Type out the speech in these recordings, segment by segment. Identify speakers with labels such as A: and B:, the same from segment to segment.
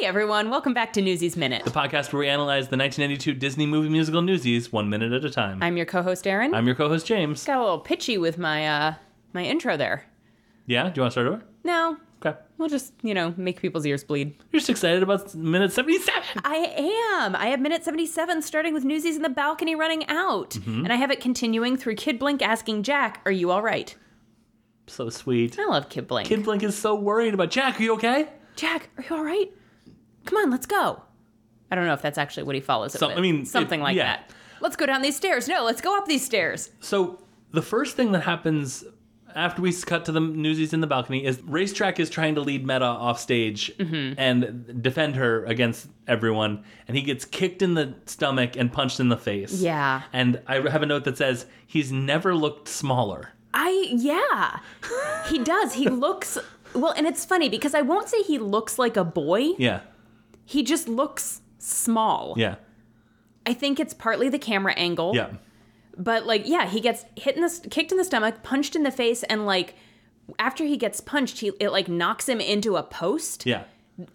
A: Hey everyone, welcome back to Newsies Minute.
B: the podcast where we analyze the 1992 Disney movie musical Newsies one minute at a time.
A: I'm your co-host Erin.
B: I'm your co-host James.
A: got a little pitchy with my uh my intro there.
B: Yeah, do you want to start over?
A: No,
B: Okay.
A: we'll just, you know, make people's ears bleed.
B: You're just excited about minute 77.
A: I am. I have minute 77 starting with Newsies in the balcony running out.
B: Mm-hmm.
A: And I have it continuing through Kid Blink asking Jack, "Are you all right?"
B: So sweet.
A: I love Kid Blink.
B: Kid Blink is so worried about Jack. Are you okay?
A: Jack, are you all right? Come on, let's go. I don't know if that's actually what he follows it
B: Some-
A: with.
B: I mean, it-
A: something like
B: yeah.
A: that. Let's go down these stairs. No, let's go up these stairs.
B: So the first thing that happens after we cut to the Newsies in the balcony is Racetrack is trying to lead Meta off stage and defend her against everyone, and he gets kicked in the stomach and punched in the face.
A: Yeah.
B: And I have a note that says he's never looked smaller.
A: I yeah. He does. He looks well, and it's funny because I won't say he looks like a boy.
B: Yeah.
A: He just looks small.
B: Yeah.
A: I think it's partly the camera angle.
B: Yeah.
A: But like, yeah, he gets hit in the kicked in the stomach, punched in the face, and like after he gets punched, he it like knocks him into a post,
B: Yeah.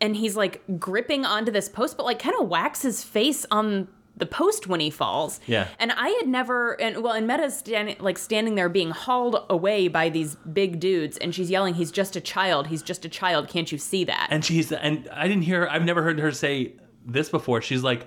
A: and he's like gripping onto this post, but like kind of whacks his face on the post when he falls.
B: Yeah.
A: And I had never, and well, and Meta's standing like standing there being hauled away by these big dudes, and she's yelling, "He's just a child. He's just a child. Can't you see that?"
B: And she's and I didn't hear I've never heard her say this before. She's like,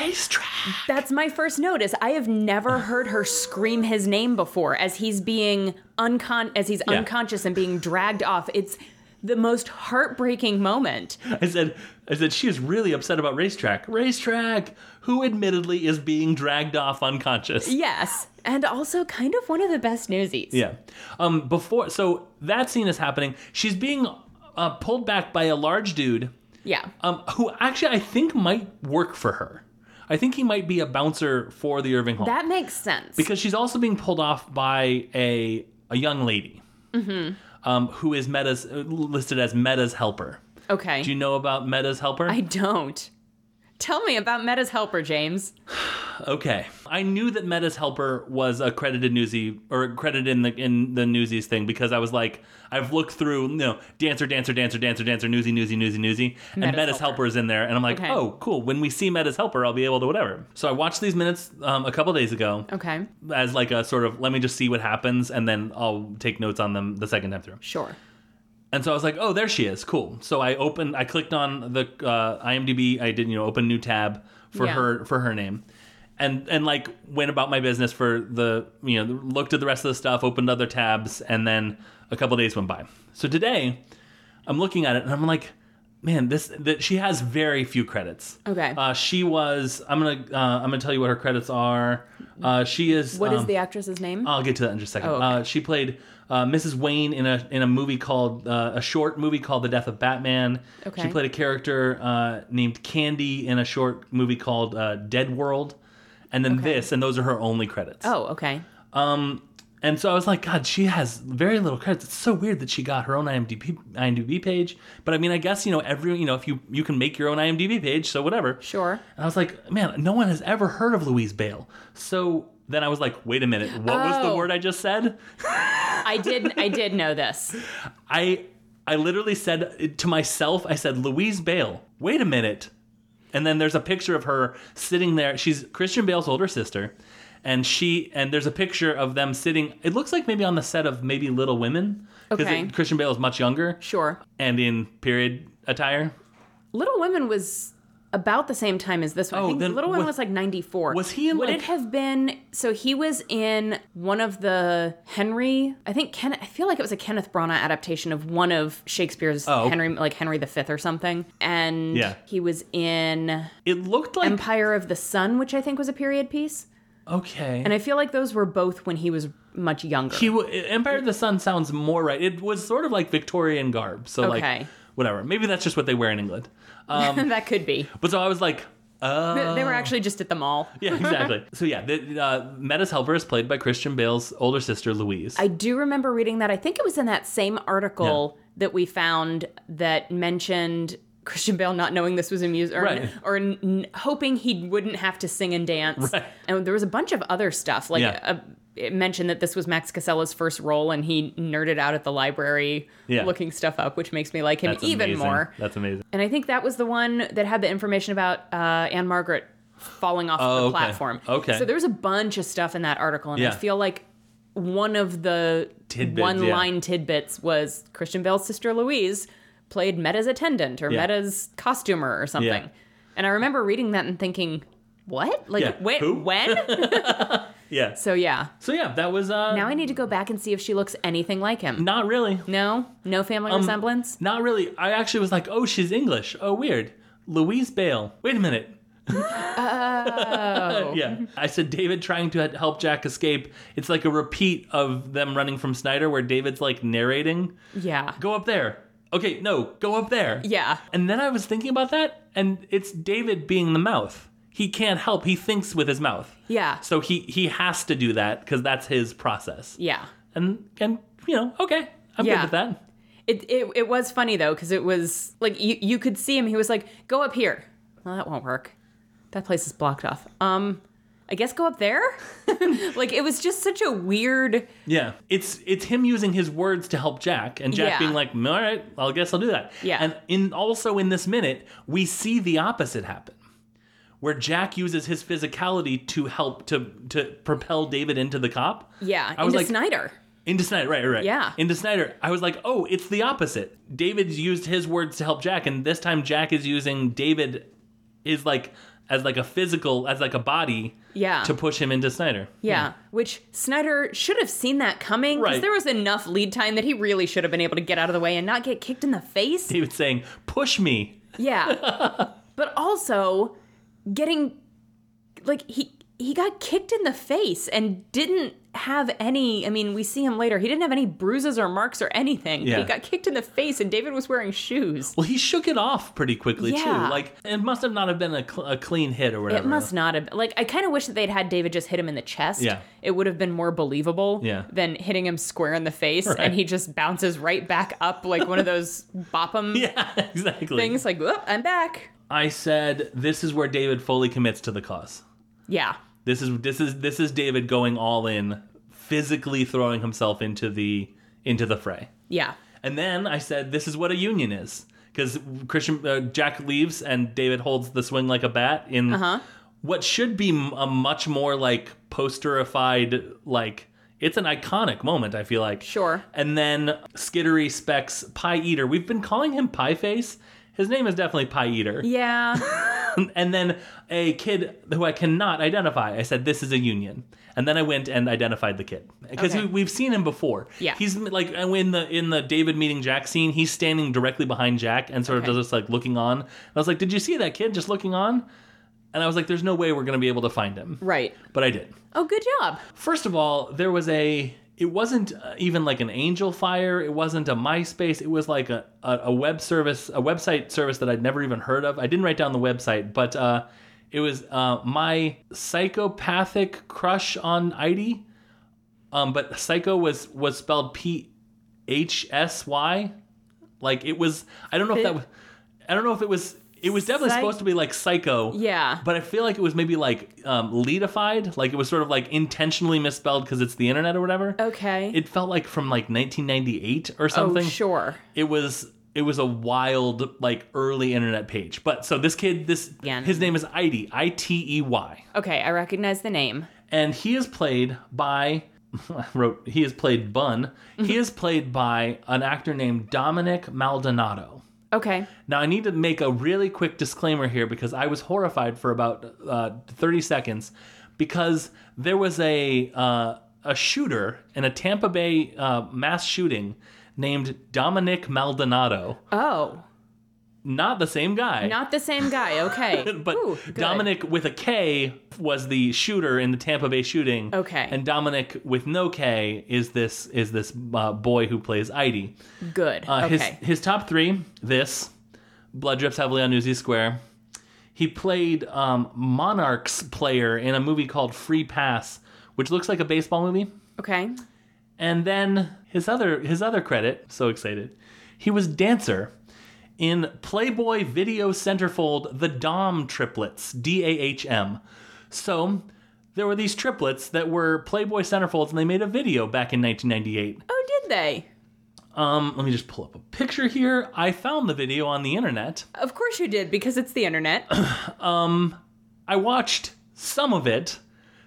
B: Racetrack.
A: That's my first notice. I have never heard her scream his name before as he's being uncon as he's
B: Yeah.
A: unconscious and being dragged off. It's the most heartbreaking moment.
B: I said I said she is really upset about Racetrack. Racetrack, who admittedly is being dragged off unconscious.
A: Yes. And also kind of one of the best newsies.
B: Yeah. Um before so that scene is happening. She's being uh, pulled back by a large dude
A: Yeah.
B: um who actually I think might work for her. I think he might be a bouncer for the Irving Hall.
A: That makes sense.
B: because she's also being pulled off by a a young lady
A: Mm-hmm.
B: um, who is Meta's listed as Meta's helper.
A: okay.
B: Do you know about Meta's helper?
A: I don't. Tell me about Meta's helper, James.
B: okay, I knew that Meta's helper was a credited newsie or credited in the in the newsies thing because I was like, I've looked through, you know, dancer, dancer, dancer, dancer, dancer, newsie, newsie, newsie, newsie, and
A: Meta's
B: Meta's,
A: helper.
B: helper. is in there, and I'm like,
A: Okay.
B: oh, cool. When we see Meta's helper, I'll be able to whatever. So I watched these minutes um, a couple days ago
A: Okay.
B: as like a sort of let me just see what happens, and then I'll take notes on them the second time through.
A: Sure.
B: And so I was like, oh, there she is. Cool. So I opened, I clicked on the uh, IMDb. I did, you know, open new tab for
A: Yeah.
B: her for her name, and and like went about my business for the you know looked at the rest of the stuff, opened other tabs, and then a couple days went by. So today, I'm looking at it and I'm like, man, this that she has very few credits.
A: Okay.
B: Uh, she was. I'm gonna uh, I'm gonna tell you what her credits are. Uh, she is.
A: What is
B: um,
A: the actress's name?
B: I'll get to that in just a second.
A: Oh, okay.
B: uh, she played uh, Mrs. Wayne in a in a movie called uh, a short movie called The Death of Batman.
A: Okay.
B: She played a character uh, named Candy in a short movie called uh, Dead World, and then this, and those are her only credits.
A: oh, okay.
B: And so I was like, God, she has very little credits. It's so weird that she got her own IMDb IMDb page. But I mean, I guess you know every you know if you you can make your own IMDb page, so whatever.
A: Sure.
B: And I was like, man, no one has ever heard of Louise Bale. So then I was like, wait a minute, what was the
A: Oh.
B: word I just said?
A: I did I did know this.
B: I I literally said to myself, I said, Louise Bale, wait a minute. And then there's a picture of her sitting there. She's Christian Bale's older sister. And she and there's a picture of them sitting. It looks like maybe on the set of maybe Little Women because
A: Okay.
B: Christian Bale is much younger
A: Sure.
B: and in period attire.
A: Little Women was about the same time as this one. I
B: Oh,
A: think
B: then
A: Little Women
B: wa-
A: was like 94.
B: was he in,
A: Would
B: like-
A: it have been so he was in one of the Henry, I think Ken I feel like it was a Kenneth Branagh adaptation of one of Shakespeare's
B: Oh.
A: Henry like Henry V or something. And
B: Yeah.
A: he was in
B: It looked like
A: Empire of the Sun, which I think was a period piece.
B: okay.
A: And I feel like those were both when he was much younger.
B: He w- Empire of the Sun sounds more right. It was sort of like Victorian garb, so
A: Okay.
B: like whatever. Maybe that's just what they wear in England.
A: that could be.
B: But so I was like, uh,
A: They- they were actually just at the mall.
B: Yeah, exactly. so yeah, the, uh, Meta's helper is played by Christian Bale's older sister Louise.
A: I do remember reading that. I think it was in that same article that we found that mentioned Christian Bale not knowing this was a music or,
B: Right.
A: or n- n- hoping he wouldn't have to sing and dance.
B: Right.
A: And there was a bunch of other stuff like
B: Yeah.
A: a, it mentioned that this was Max Casella's first role, and he nerded out at the library
B: Yeah.
A: looking stuff up, which makes me like him
B: That's
A: even
B: amazing.
A: more.
B: That's amazing.
A: And I think that was the one that had the information about uh, Anne Margaret falling off
B: Oh,
A: the
B: okay.
A: platform.
B: Okay.
A: So there was a bunch of stuff in that article, and I
B: Yeah.
A: feel like one of the
B: Tidbits, yeah.
A: one-line tidbits was Christian Bale's sister Louise played Meta's attendant or
B: Yeah.
A: Meta's costumer or something.
B: Yeah.
A: And I remember reading that and thinking, "What? Like
B: Yeah.
A: wait,
B: Who?
A: when?"
B: Yeah.
A: so yeah.
B: So yeah, that was uh
A: Now I need to go back and see if she looks anything like him.
B: not really.
A: No, no family
B: Um,
A: resemblance.
B: Not really. I actually was like, "Oh, she's English. Oh, weird." Louise Bale. Wait a minute.
A: Oh,
B: Yeah. I said David trying to help Jack escape. It's like a repeat of them running from Snyder where David's like narrating,
A: yeah,
B: "Go up there." Okay, no, go up there.
A: yeah.
B: And then I was thinking about that and it's David being the mouth. He can't help. He thinks with his mouth.
A: Yeah.
B: So he he has to do that cuz that's his process.
A: Yeah.
B: And and you know, okay. I'm
A: Yeah.
B: good with that.
A: It it, it was funny though because it was like you you could see him. He was like, "Go up here." Well, that won't work. That place is blocked off. Um, I guess go up there. like it was just such a weird.
B: Yeah, it's it's him using his words to help Jack, and Jack
A: Yeah.
B: being like, "All right, I guess I'll do that."
A: Yeah.
B: and in also in this minute, we see the opposite happen, where Jack uses his physicality to help to to propel David into the cop.
A: Yeah,
B: I was
A: into
B: like-
A: Snyder.
B: Into Snyder, right, right, right.
A: Yeah.
B: Into Snyder, I was like, "Oh, it's the opposite." David's used his words to help Jack, and this time Jack is using David is like as like a physical as like a body
A: Yeah.
B: to push him into Snyder.
A: yeah, which Snyder should have seen that coming because
B: Right.
A: there was enough lead time that he really should have been able to get out of the way and not get kicked in the face.
B: David saying, "Push me."
A: Yeah. but also getting like he he got kicked in the face and didn't have any I mean, we see him later. He didn't have any bruises or marks or anything.
B: Yeah.
A: He got kicked in the face and David was wearing shoes.
B: Well, he shook it off pretty quickly
A: Yeah.
B: too. Like it must have not have been a, cl- a clean hit or whatever.
A: It must not have like I kind of wish that they'd had David just hit him in the chest.
B: Yeah.
A: It would have been more believable
B: Yeah.
A: than hitting him square in the face
B: Right.
A: and he just bounces right back up like one of those bop 'em
B: Yeah, exactly.
A: things like, "Whoop, I'm back."
B: I said this is where David fully commits to the cause.
A: Yeah.
B: This is this is this is David going all in, physically throwing himself into the into the fray.
A: Yeah.
B: And then I said this is what a union is because Christian uh, Jack leaves and David holds the swing like a bat in what should be m- a much more like posterified like it's an iconic moment. I feel like
A: Sure.
B: And then Skittery Specs Pie Eater. We've been calling him Pie Face. His name is definitely Pie Eater.
A: Yeah.
B: And then a kid who I cannot identify. I said, This is a union. And then I went and identified the kid. Because
A: Okay.
B: we, we've seen him before.
A: Yeah.
B: He's like, and in the in the David meeting Jack scene, he's standing directly behind Jack and sort
A: Okay.
B: of just like looking on. And I was like, Did you see that kid just looking on? And I was like, There's no way we're going to be able to find him.
A: right.
B: But I did.
A: Oh, good job.
B: First of all, there was a. It wasn't uh, even like an Angel Fire. It wasn't a MySpace. It was like a, a, a web service, a website service that I'd never even heard of. I didn't write down the website, but uh, it was uh, my psychopathic crush on Idy. Um, but psycho was was spelled P H S Y. Like it was. I don't know if that was. I don't know if it was. It was definitely
A: Psych-
B: supposed to be like psycho.
A: Yeah.
B: But I feel like it was maybe like um, leadified, like it was sort of like intentionally misspelled because it's the internet or whatever.
A: Okay.
B: It felt like from like 1998 or something.
A: Oh. Oh, sure.
B: It was it was a wild like early internet page. But so this kid, this
A: Again.
B: his name is Idy, I T E Y,
A: Okay, I recognize the name.
B: and he is played by. I wrote he is played Bun.
A: Mm-hmm.
B: He is played by an actor named Dominic Maldonado.
A: Okay.
B: Now, I need to make a really quick disclaimer here because I was horrified for about uh, 30 seconds because there was a, uh, a shooter in a Tampa Bay uh, mass shooting named Dominic Maldonado.
A: Oh,
B: Not the same guy.
A: not the same guy. Okay.
B: but
A: Ooh, good.
B: Dominic with a K was the shooter in the Tampa Bay shooting.
A: Okay.
B: And Dominic with no K is this is this uh, boy who plays Idy.
A: Good.
B: Uh, his
A: okay.
B: his top three: this, blood drips heavily on Newsy Square. He played um, Monarchs player in a movie called Free Pass, which looks like a baseball movie.
A: Okay.
B: And then his other his other credit, so excited, he was dancer in Playboy Video Centerfold, the Dom Triplets, D A H M. So there were these triplets that were Playboy centerfolds, and they made a video back in 1998.
A: Oh, did they?
B: Um, let me just pull up a picture here. I found the video on the internet.
A: Of course you did, because it's the internet.
B: I watched some of it.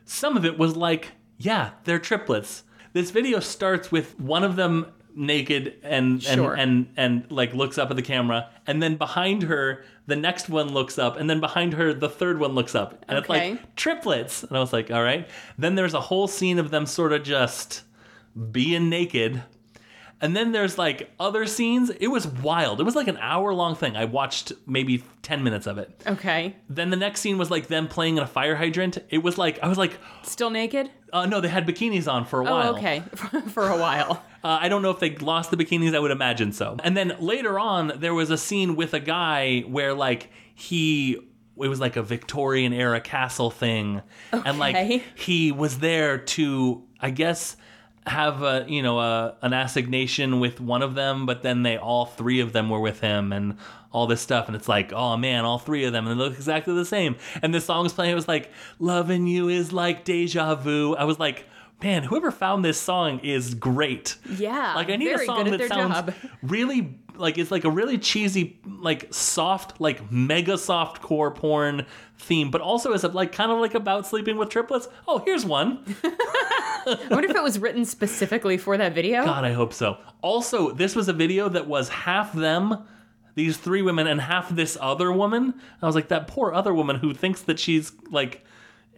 B: Some of it was like, yeah, they're triplets. This video starts with one of them naked and
A: Sure.
B: and, and and like looks up at the camera, and then behind her the next one looks up, and then behind her the third one looks up,
A: Okay.
B: and it's like triplets. And I was like, all right. Then there's a whole scene of them sort of just being naked. And then there's like other scenes. It was wild. It was like an hour long thing. I watched maybe 10 minutes of it
A: Okay.
B: then the next scene was like them playing in a fire hydrant. It was like I was like,
A: Still naked?
B: uh, no, they had bikinis on for a while.
A: Oh, okay. For a while.
B: Uh, I don't know if they lost the bikinis. I would imagine so. And then later on, there was a scene with a guy where like he it was like a Victorian era castle thing, and
A: Okay.
B: like he was there to I guess have a you know a, an assignation with one of them, but then they all three of them were with him and all this stuff, and it's like oh man, all three of them and they look exactly the same. And the song's playing. It was like loving you is like deja vu. I was like. Man, whoever found this song is great.
A: Yeah,
B: Like I need
A: very
B: a song
A: good at
B: that
A: their
B: sounds
A: job.
B: really like it's like a really cheesy, like soft, like mega soft core porn theme, but also is like kind of like about sleeping with triplets. Oh, here's one.
A: I wonder if it was written specifically for that video.
B: God, I hope so. Also, this was a video that was half them, these three women, and half this other woman. I was like, that poor other woman who thinks that she's like.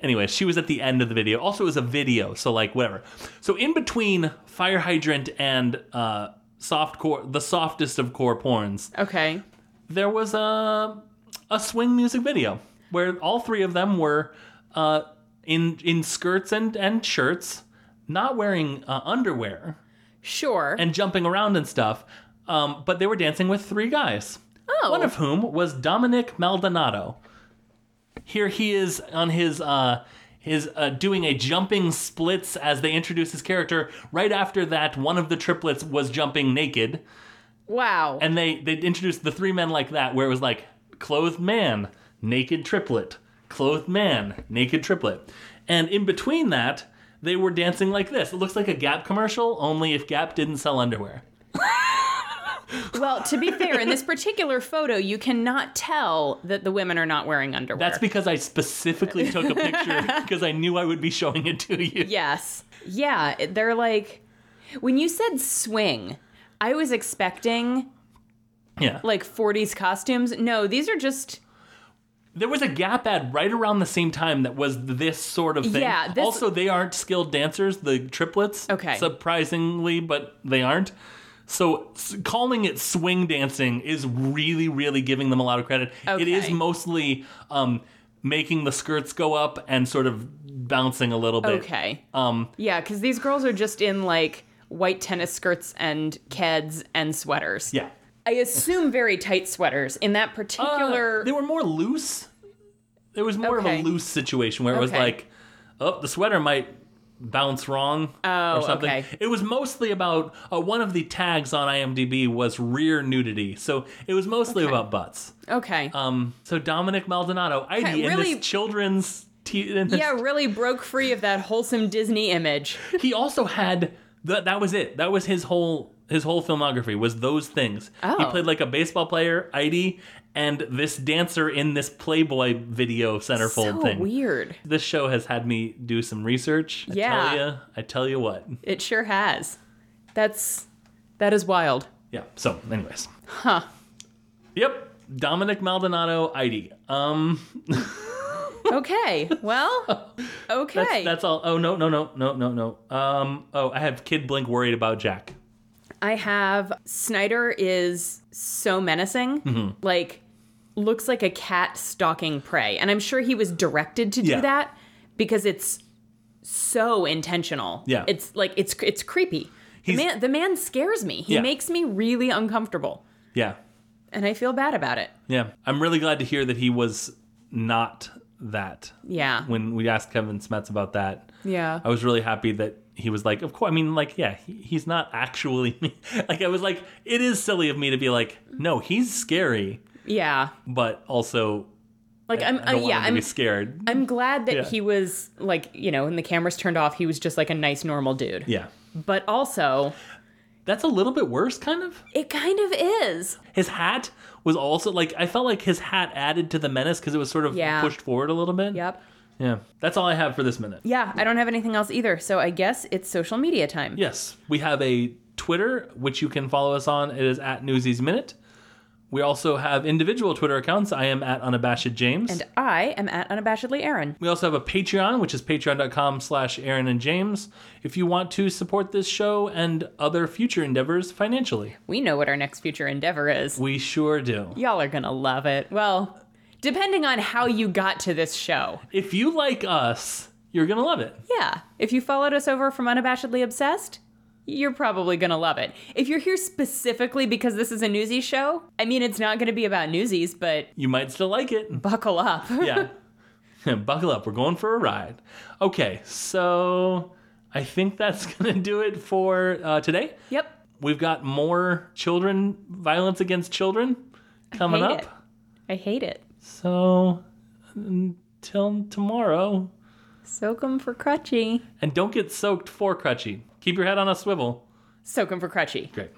B: Anyway, she was at the end of the video. Also, it was a video, so like whatever. So in between fire hydrant and uh, soft core, the softest of core porns,
A: Okay.
B: there was a a swing music video where all three of them were uh, in in skirts and and shirts, not wearing uh, underwear
A: Sure.
B: and jumping around and stuff. Um, but they were dancing with three guys.
A: Oh.
B: One of whom was Dominic Maldonado. Here he is on his uh, his uh, doing a jumping splits as they introduce his character. Right after that, one of the triplets was jumping naked,
A: wow.
B: and they they introduced the three men like that, where it was like clothed man, naked triplet, clothed man, naked triplet, and in between that. They were dancing like this. It looks like a Gap commercial, only if Gap didn't sell underwear.
A: well, to be fair, in this particular photo, you cannot tell that the women are not wearing underwear.
B: That's because I specifically took a picture because I knew I would be showing it to you.
A: yes. Yeah, it- they're like when you said swing, I was expecting
B: Yeah.
A: like 40s costumes. No, these are just
B: There was a Gap ad right around the same time that was this sort of thing.
A: Yeah, this-
B: Also, they aren't skilled dancers, the triplets.
A: Okay.
B: Surprisingly, but they aren't. So s- calling it swing dancing is really, really giving them a lot of credit. It is
A: Okay.
B: mostly um, making the skirts go up and sort of bouncing a little bit.
A: okay.
B: Um,
A: Yeah, cuz these girls are just in like white tennis skirts and keds and sweaters.
B: yeah.
A: I assume very tight sweaters in that
B: Uh,
A: particular
B: they were more loose. It was more
A: Okay.
B: of a loose situation where it was
A: Okay.
B: like, oh, the sweater might bounce wrong
A: Oh,
B: or something.
A: okay.
B: It was mostly about uh, one of the tags on IMDb was rear nudity, so it was mostly about butts.
A: Okay.
B: Um, so Dominic Maldonado, ID in
A: really-
B: this children's. T- in this,
A: yeah, really broke free of that wholesome Disney image.
B: he also had that. That was it. That was his whole his whole filmography was those things. He
A: Oh.
B: played like a baseball player, ID, and this dancer in this Playboy video centerfold
A: so
B: thing.
A: weird.
B: This show has had me do some research. I
A: Yeah.
B: tell you, I tell you what.
A: It sure has. That's that is wild.
B: Yeah. So, anyways. Huh. Yep. Dominic Maldonado, ID. Um,
A: Okay. Well, okay.
B: that's, that's all. Oh no, no, no, no, no, no. Um, oh, I have Kid Blink worried about Jack.
A: I have Snyder is so menacing.
B: Mm-hmm.
A: Like looks like a cat stalking prey. And I'm sure he was directed to do
B: Yeah.
A: that because it's so intentional.
B: Yeah.
A: It's like it's it's creepy. The
B: He's-
A: man, the man scares me. He
B: Yeah.
A: makes me really uncomfortable.
B: Yeah.
A: And I feel bad about it.
B: Yeah. I'm really glad to hear that he was not that.
A: Yeah.
B: When Oh. we asked Kevin Smets about that,
A: yeah.
B: I was really happy that he was like, of course. I mean, like, yeah, he, he's not actually me. Like, I was like, it is silly of me to be like, no, he's scary.
A: Yeah.
B: but also
A: Like I'm,
B: I
A: uh,
B: don't
A: yeah,
B: want him to
A: I'm,
B: be scared.
A: I'm glad that
B: Yeah.
A: he was like, you know, when the cameras turned off, he was just like a nice, normal dude.
B: Yeah.
A: But also,
B: That's a little bit worse, kind of.
A: it kind of is.
B: His hat was also like I felt like his hat added to the menace because it was sort of
A: Yeah.
B: pushed forward a little bit.
A: Yep.
B: Yeah. That's all I have for this minute.
A: Yeah, I don't have anything else either. So I guess it's social media time.
B: Yes, we have a Twitter which you can follow us on. It is at Newsies Minute. We also have individual Twitter accounts. I am at unabashed James.
A: And I am at unabashedly Aaron.
B: We also have a Patreon, which is patreon.com slash Aaron and James, if you want to support this show and other future endeavors financially.
A: We know what our next future endeavor is.
B: We sure do.
A: Y'all are gonna love it. Well, depending on how you got to this show.
B: If you like us, you're going to love it.
A: Yeah. If you followed us over from Unabashedly Obsessed, you're probably going to love it. If you're here specifically because this is a newsy show, I mean, it's not going to be about newsies, but
B: You might still like it.
A: buckle up.
B: Yeah. Buckle up. We're going for a ride. Okay, so I think that's going to do it for uh, today.
A: yep.
B: We've got more children, violence against children coming
A: hate
B: up.
A: it. I hate it.
B: So until tomorrow.
A: Soak 'em for crutchy.
B: And don't get soaked for crutchy. Keep your head on a swivel.
A: Soak 'em for crutchy.
B: Great.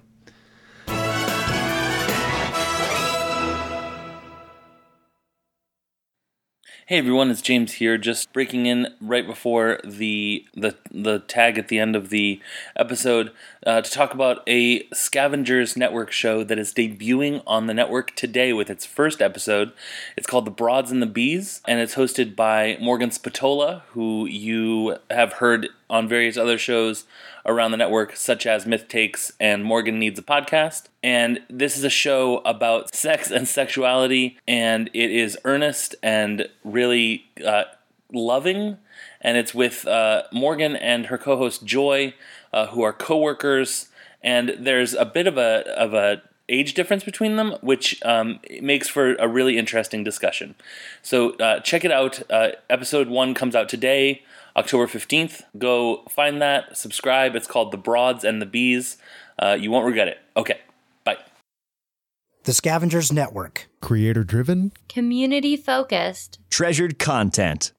C: Hey everyone, it's James here. Just breaking in right before the the the tag at the end of the episode uh, to talk about a Scavengers Network show that is debuting on the network today with its first episode. It's called The Broads and the Bees, and it's hosted by Morgan Spatola, who you have heard on various other shows around the network, such as Myth Takes and Morgan Needs a Podcast. And this is a show about sex and sexuality, and it is earnest and really uh, loving. And it's with uh, Morgan and her co host Joy, uh, who are co workers. And there's a bit of a, of a age difference between them, which um, makes for a really interesting discussion. So uh, check it out. Uh, episode one comes out today, October 15th. Go find that, subscribe. It's called The Broads and the Bees. Uh, you won't regret it. Okay, bye.
D: The Scavengers Network.
E: Creator driven?
F: Community focused.
G: Treasured content.